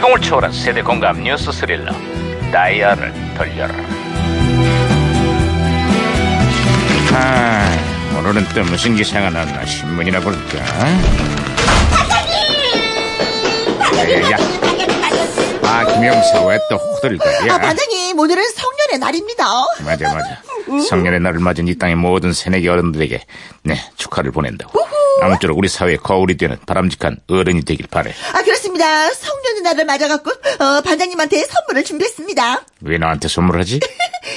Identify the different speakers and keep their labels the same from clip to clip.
Speaker 1: 폭풍을 초월한 세대 공감 뉴스 스릴러 다이아를 돌려라 아, 오늘은 또 무슨 기사가 났나 신문이나 볼까? 반장님! 야, 아 김영사 왜 또 호들갑이야?
Speaker 2: 아, 반장님, 오늘은 성년의 날입니다.
Speaker 1: 맞아 맞아 성년의 날을 맞은 이 땅의 모든 새내기 어른들에게 네 축하를 보낸다고 아무쪼록 우리 사회의 거울이 되는 바람직한 어른이 되길 바래
Speaker 2: 아, 그렇습니다. 성년의 날을 맞아갖고, 어, 반장님한테 선물을 준비했습니다.
Speaker 1: 왜 나한테 선물하지?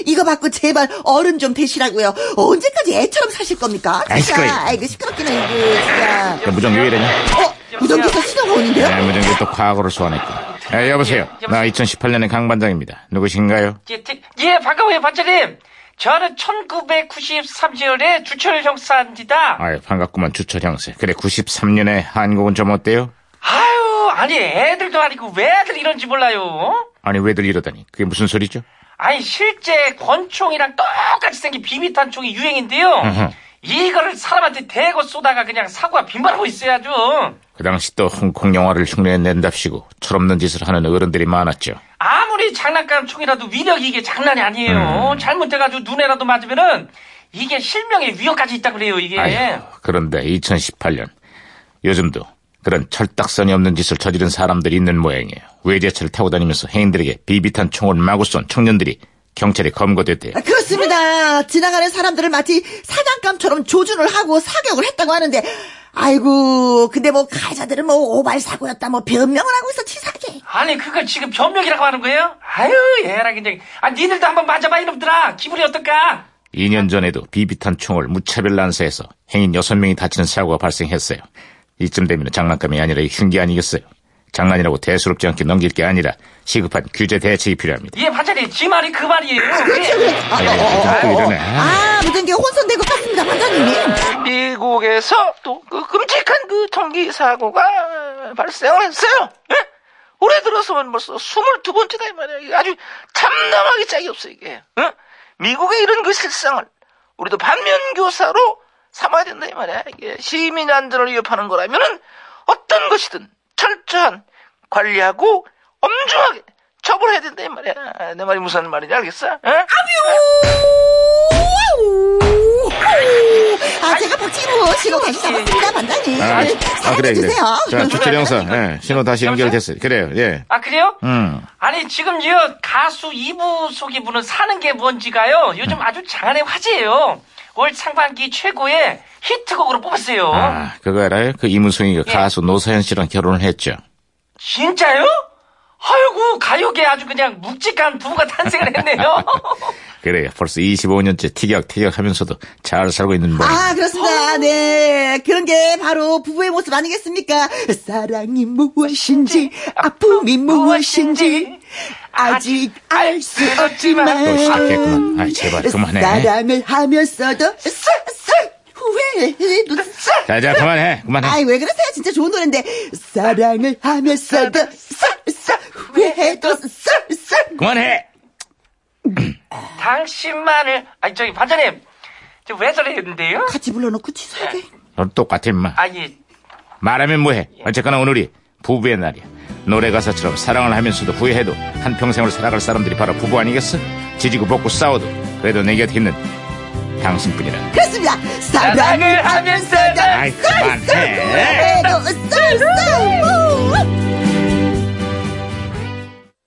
Speaker 2: 이거 받고 제발 어른 좀 되시라고요. 언제까지 애처럼 사실 겁니까?
Speaker 1: 아이,
Speaker 2: 진짜.
Speaker 1: 시끄러워.
Speaker 2: 아이고, 시끄럽긴 해, 이거, 진짜.
Speaker 1: 야, 무전기 왜 이러냐?
Speaker 2: 어, 무전기에서 신호가 오는데요?
Speaker 1: 야, 무전기 또 과거를 소환했고 야, 예, 여보세요 나 2018년의 강반장입니다 누구신가요?
Speaker 3: 예, 제- 예, 반가워요, 반장님. 저는 1993년에 주철 형사입니다.
Speaker 1: 아유 반갑구만 주철 형세 그래 93년에 한국은 좀 어때요?
Speaker 3: 아유, 아니, 애들도 아니고 왜 애들 이런지 몰라요. 어?
Speaker 1: 아니 왜들 이러다니 그게 무슨 소리죠?
Speaker 3: 아니, 실제 권총이랑 똑같이 생긴 비비탄 총이 유행인데요.
Speaker 1: 으흠.
Speaker 3: 이거를 사람한테 대고 쏘다가 그냥 사고가 빈발하고 있어야죠.
Speaker 1: 그 당시 또 홍콩 영화를 흉내낸답시고 철없는 짓을 하는 어른들이 많았죠
Speaker 3: 아무리 장난감 총이라도 위력이 이게 장난이
Speaker 1: 음.
Speaker 3: 아니에요. 잘못돼가지고 눈에라도 맞으면은 이게 실명의 위협까지 있다 그래요,
Speaker 1: 예.
Speaker 3: 이게.
Speaker 1: 아휴, 그런데 2018년 요즘도 그런 철딱선이 없는 짓을 저지른 사람들이 있는 모양이에요. 외제차를 타고 다니면서 해인들에게 비비탄 총을 마구 쏜 청년들이 경찰에 검거됐대요.
Speaker 2: 아, 그렇습니다. 지나가는 사람들을 마치 사냥감처럼 조준을 하고 사격을 했다고 하는데, 아이고, 근데 뭐, 가해자들은 뭐, 오발사고였다, 뭐, 변명을 하고 있어, 치사하게.
Speaker 3: 아니 그걸 지금 변명이라고 하는 거예요? 아유 얘라 그냥 아 니들도 한번 맞아봐 이놈들아 기분이 어떨까?
Speaker 1: 2년 전에도 비비탄 총을 무차별 난사해서 행인 6명이 다치는 사고가 발생했어요. 이쯤 되면 장난감이 아니라 흉기 아니겠어요. 장난이라고 대수롭지 않게 넘길 게 아니라 시급한 규제 대책이 필요합니다.
Speaker 3: 예 반찬이 지 말이 그 말이에요 그래.
Speaker 2: 아,
Speaker 1: 아이고, 자꾸 이러네.
Speaker 2: 아, 무전기 혼선되고 깠습니다, 반장님.
Speaker 3: 예.
Speaker 4: 미국에서 또 그 끔찍한 그 전기 사고가 발생을 했어요. 예? 올해 들어서면 벌써 22번째다 이 말이야. 이게 아주 참담하게 짝이 없어 이게. 어? 미국의 이런 그 실상을 우리도 반면 교사로 삼아야 된다 이 말이야. 이게 시민 안전을 위협하는 거라면은 어떤 것이든 철저한 관리하고 엄중하게 처벌해야 된다 이 말이야. 아, 내 말이 무슨 말인지 알겠어? 예?
Speaker 2: 아우, 아우. 아, 예. 제가 박진우 신호 다시 잡았습니다, 반장님.
Speaker 1: 아, 아, 그래, 그래.
Speaker 2: 주세요. 아,
Speaker 1: 자, 주철 형사, 예, 신호 다시 연결됐어요. 그래요, 예.
Speaker 3: 아 그래요?
Speaker 1: 음.
Speaker 3: 아니 지금 요 가수 이부 속이 부는 사는 게 뭔지가요
Speaker 4: 음.
Speaker 3: 요즘 아주 장안의 화제예요 올 상반기 최고의 히트곡으로 뽑았어요
Speaker 1: 아, 그거 알아요? 그 이문승이가
Speaker 3: 예.
Speaker 1: 가수 노사연 씨랑 결혼을 했죠.
Speaker 3: 진짜요? 아이고 가요계 아주 그냥 묵직한 부부가 탄생을 했네요
Speaker 1: 그래요. 벌써 25년째 티격태격 하면서도 잘 살고 있는 분.
Speaker 2: 아, 그렇습니다. 네. 그런 게 바로 부부의 모습 아니겠습니까? 사랑이 무엇인지, 아픔이 네. 어, 무엇인지, 아직 알 수 없지만.
Speaker 1: 또 시작했구만. 아이, 제발 그만해.
Speaker 2: 사랑을 하면서도, 쓱쓱 후회해도 쓱.
Speaker 1: 자, 자, 그만해. 그만해.
Speaker 2: 아이, 왜 그러세요? 진짜 좋은 노래인데. 사랑을 하면서도, 쓱쓱 후회해도 쓱쓱.
Speaker 1: 그만해!
Speaker 3: 당신만을 아니 저기 반장님 저 왜 저랬는데요?
Speaker 2: 같이 불러놓고 치사하게.
Speaker 1: 넌 똑같아, 임마.
Speaker 3: 아니
Speaker 1: 말하면 뭐해. 어쨌거나 오늘이 부부의 날이야. 노래 가사처럼 사랑을 하면서도 후회해도 한평생을 살아갈 사람들이 바로 부부 아니겠어? 지지고 볶고 싸워도 그래도 내 곁에 있는 당신뿐이라.
Speaker 2: 그렇습니다. 사랑을 하면서도
Speaker 1: 아이, 그만.
Speaker 2: 뭐.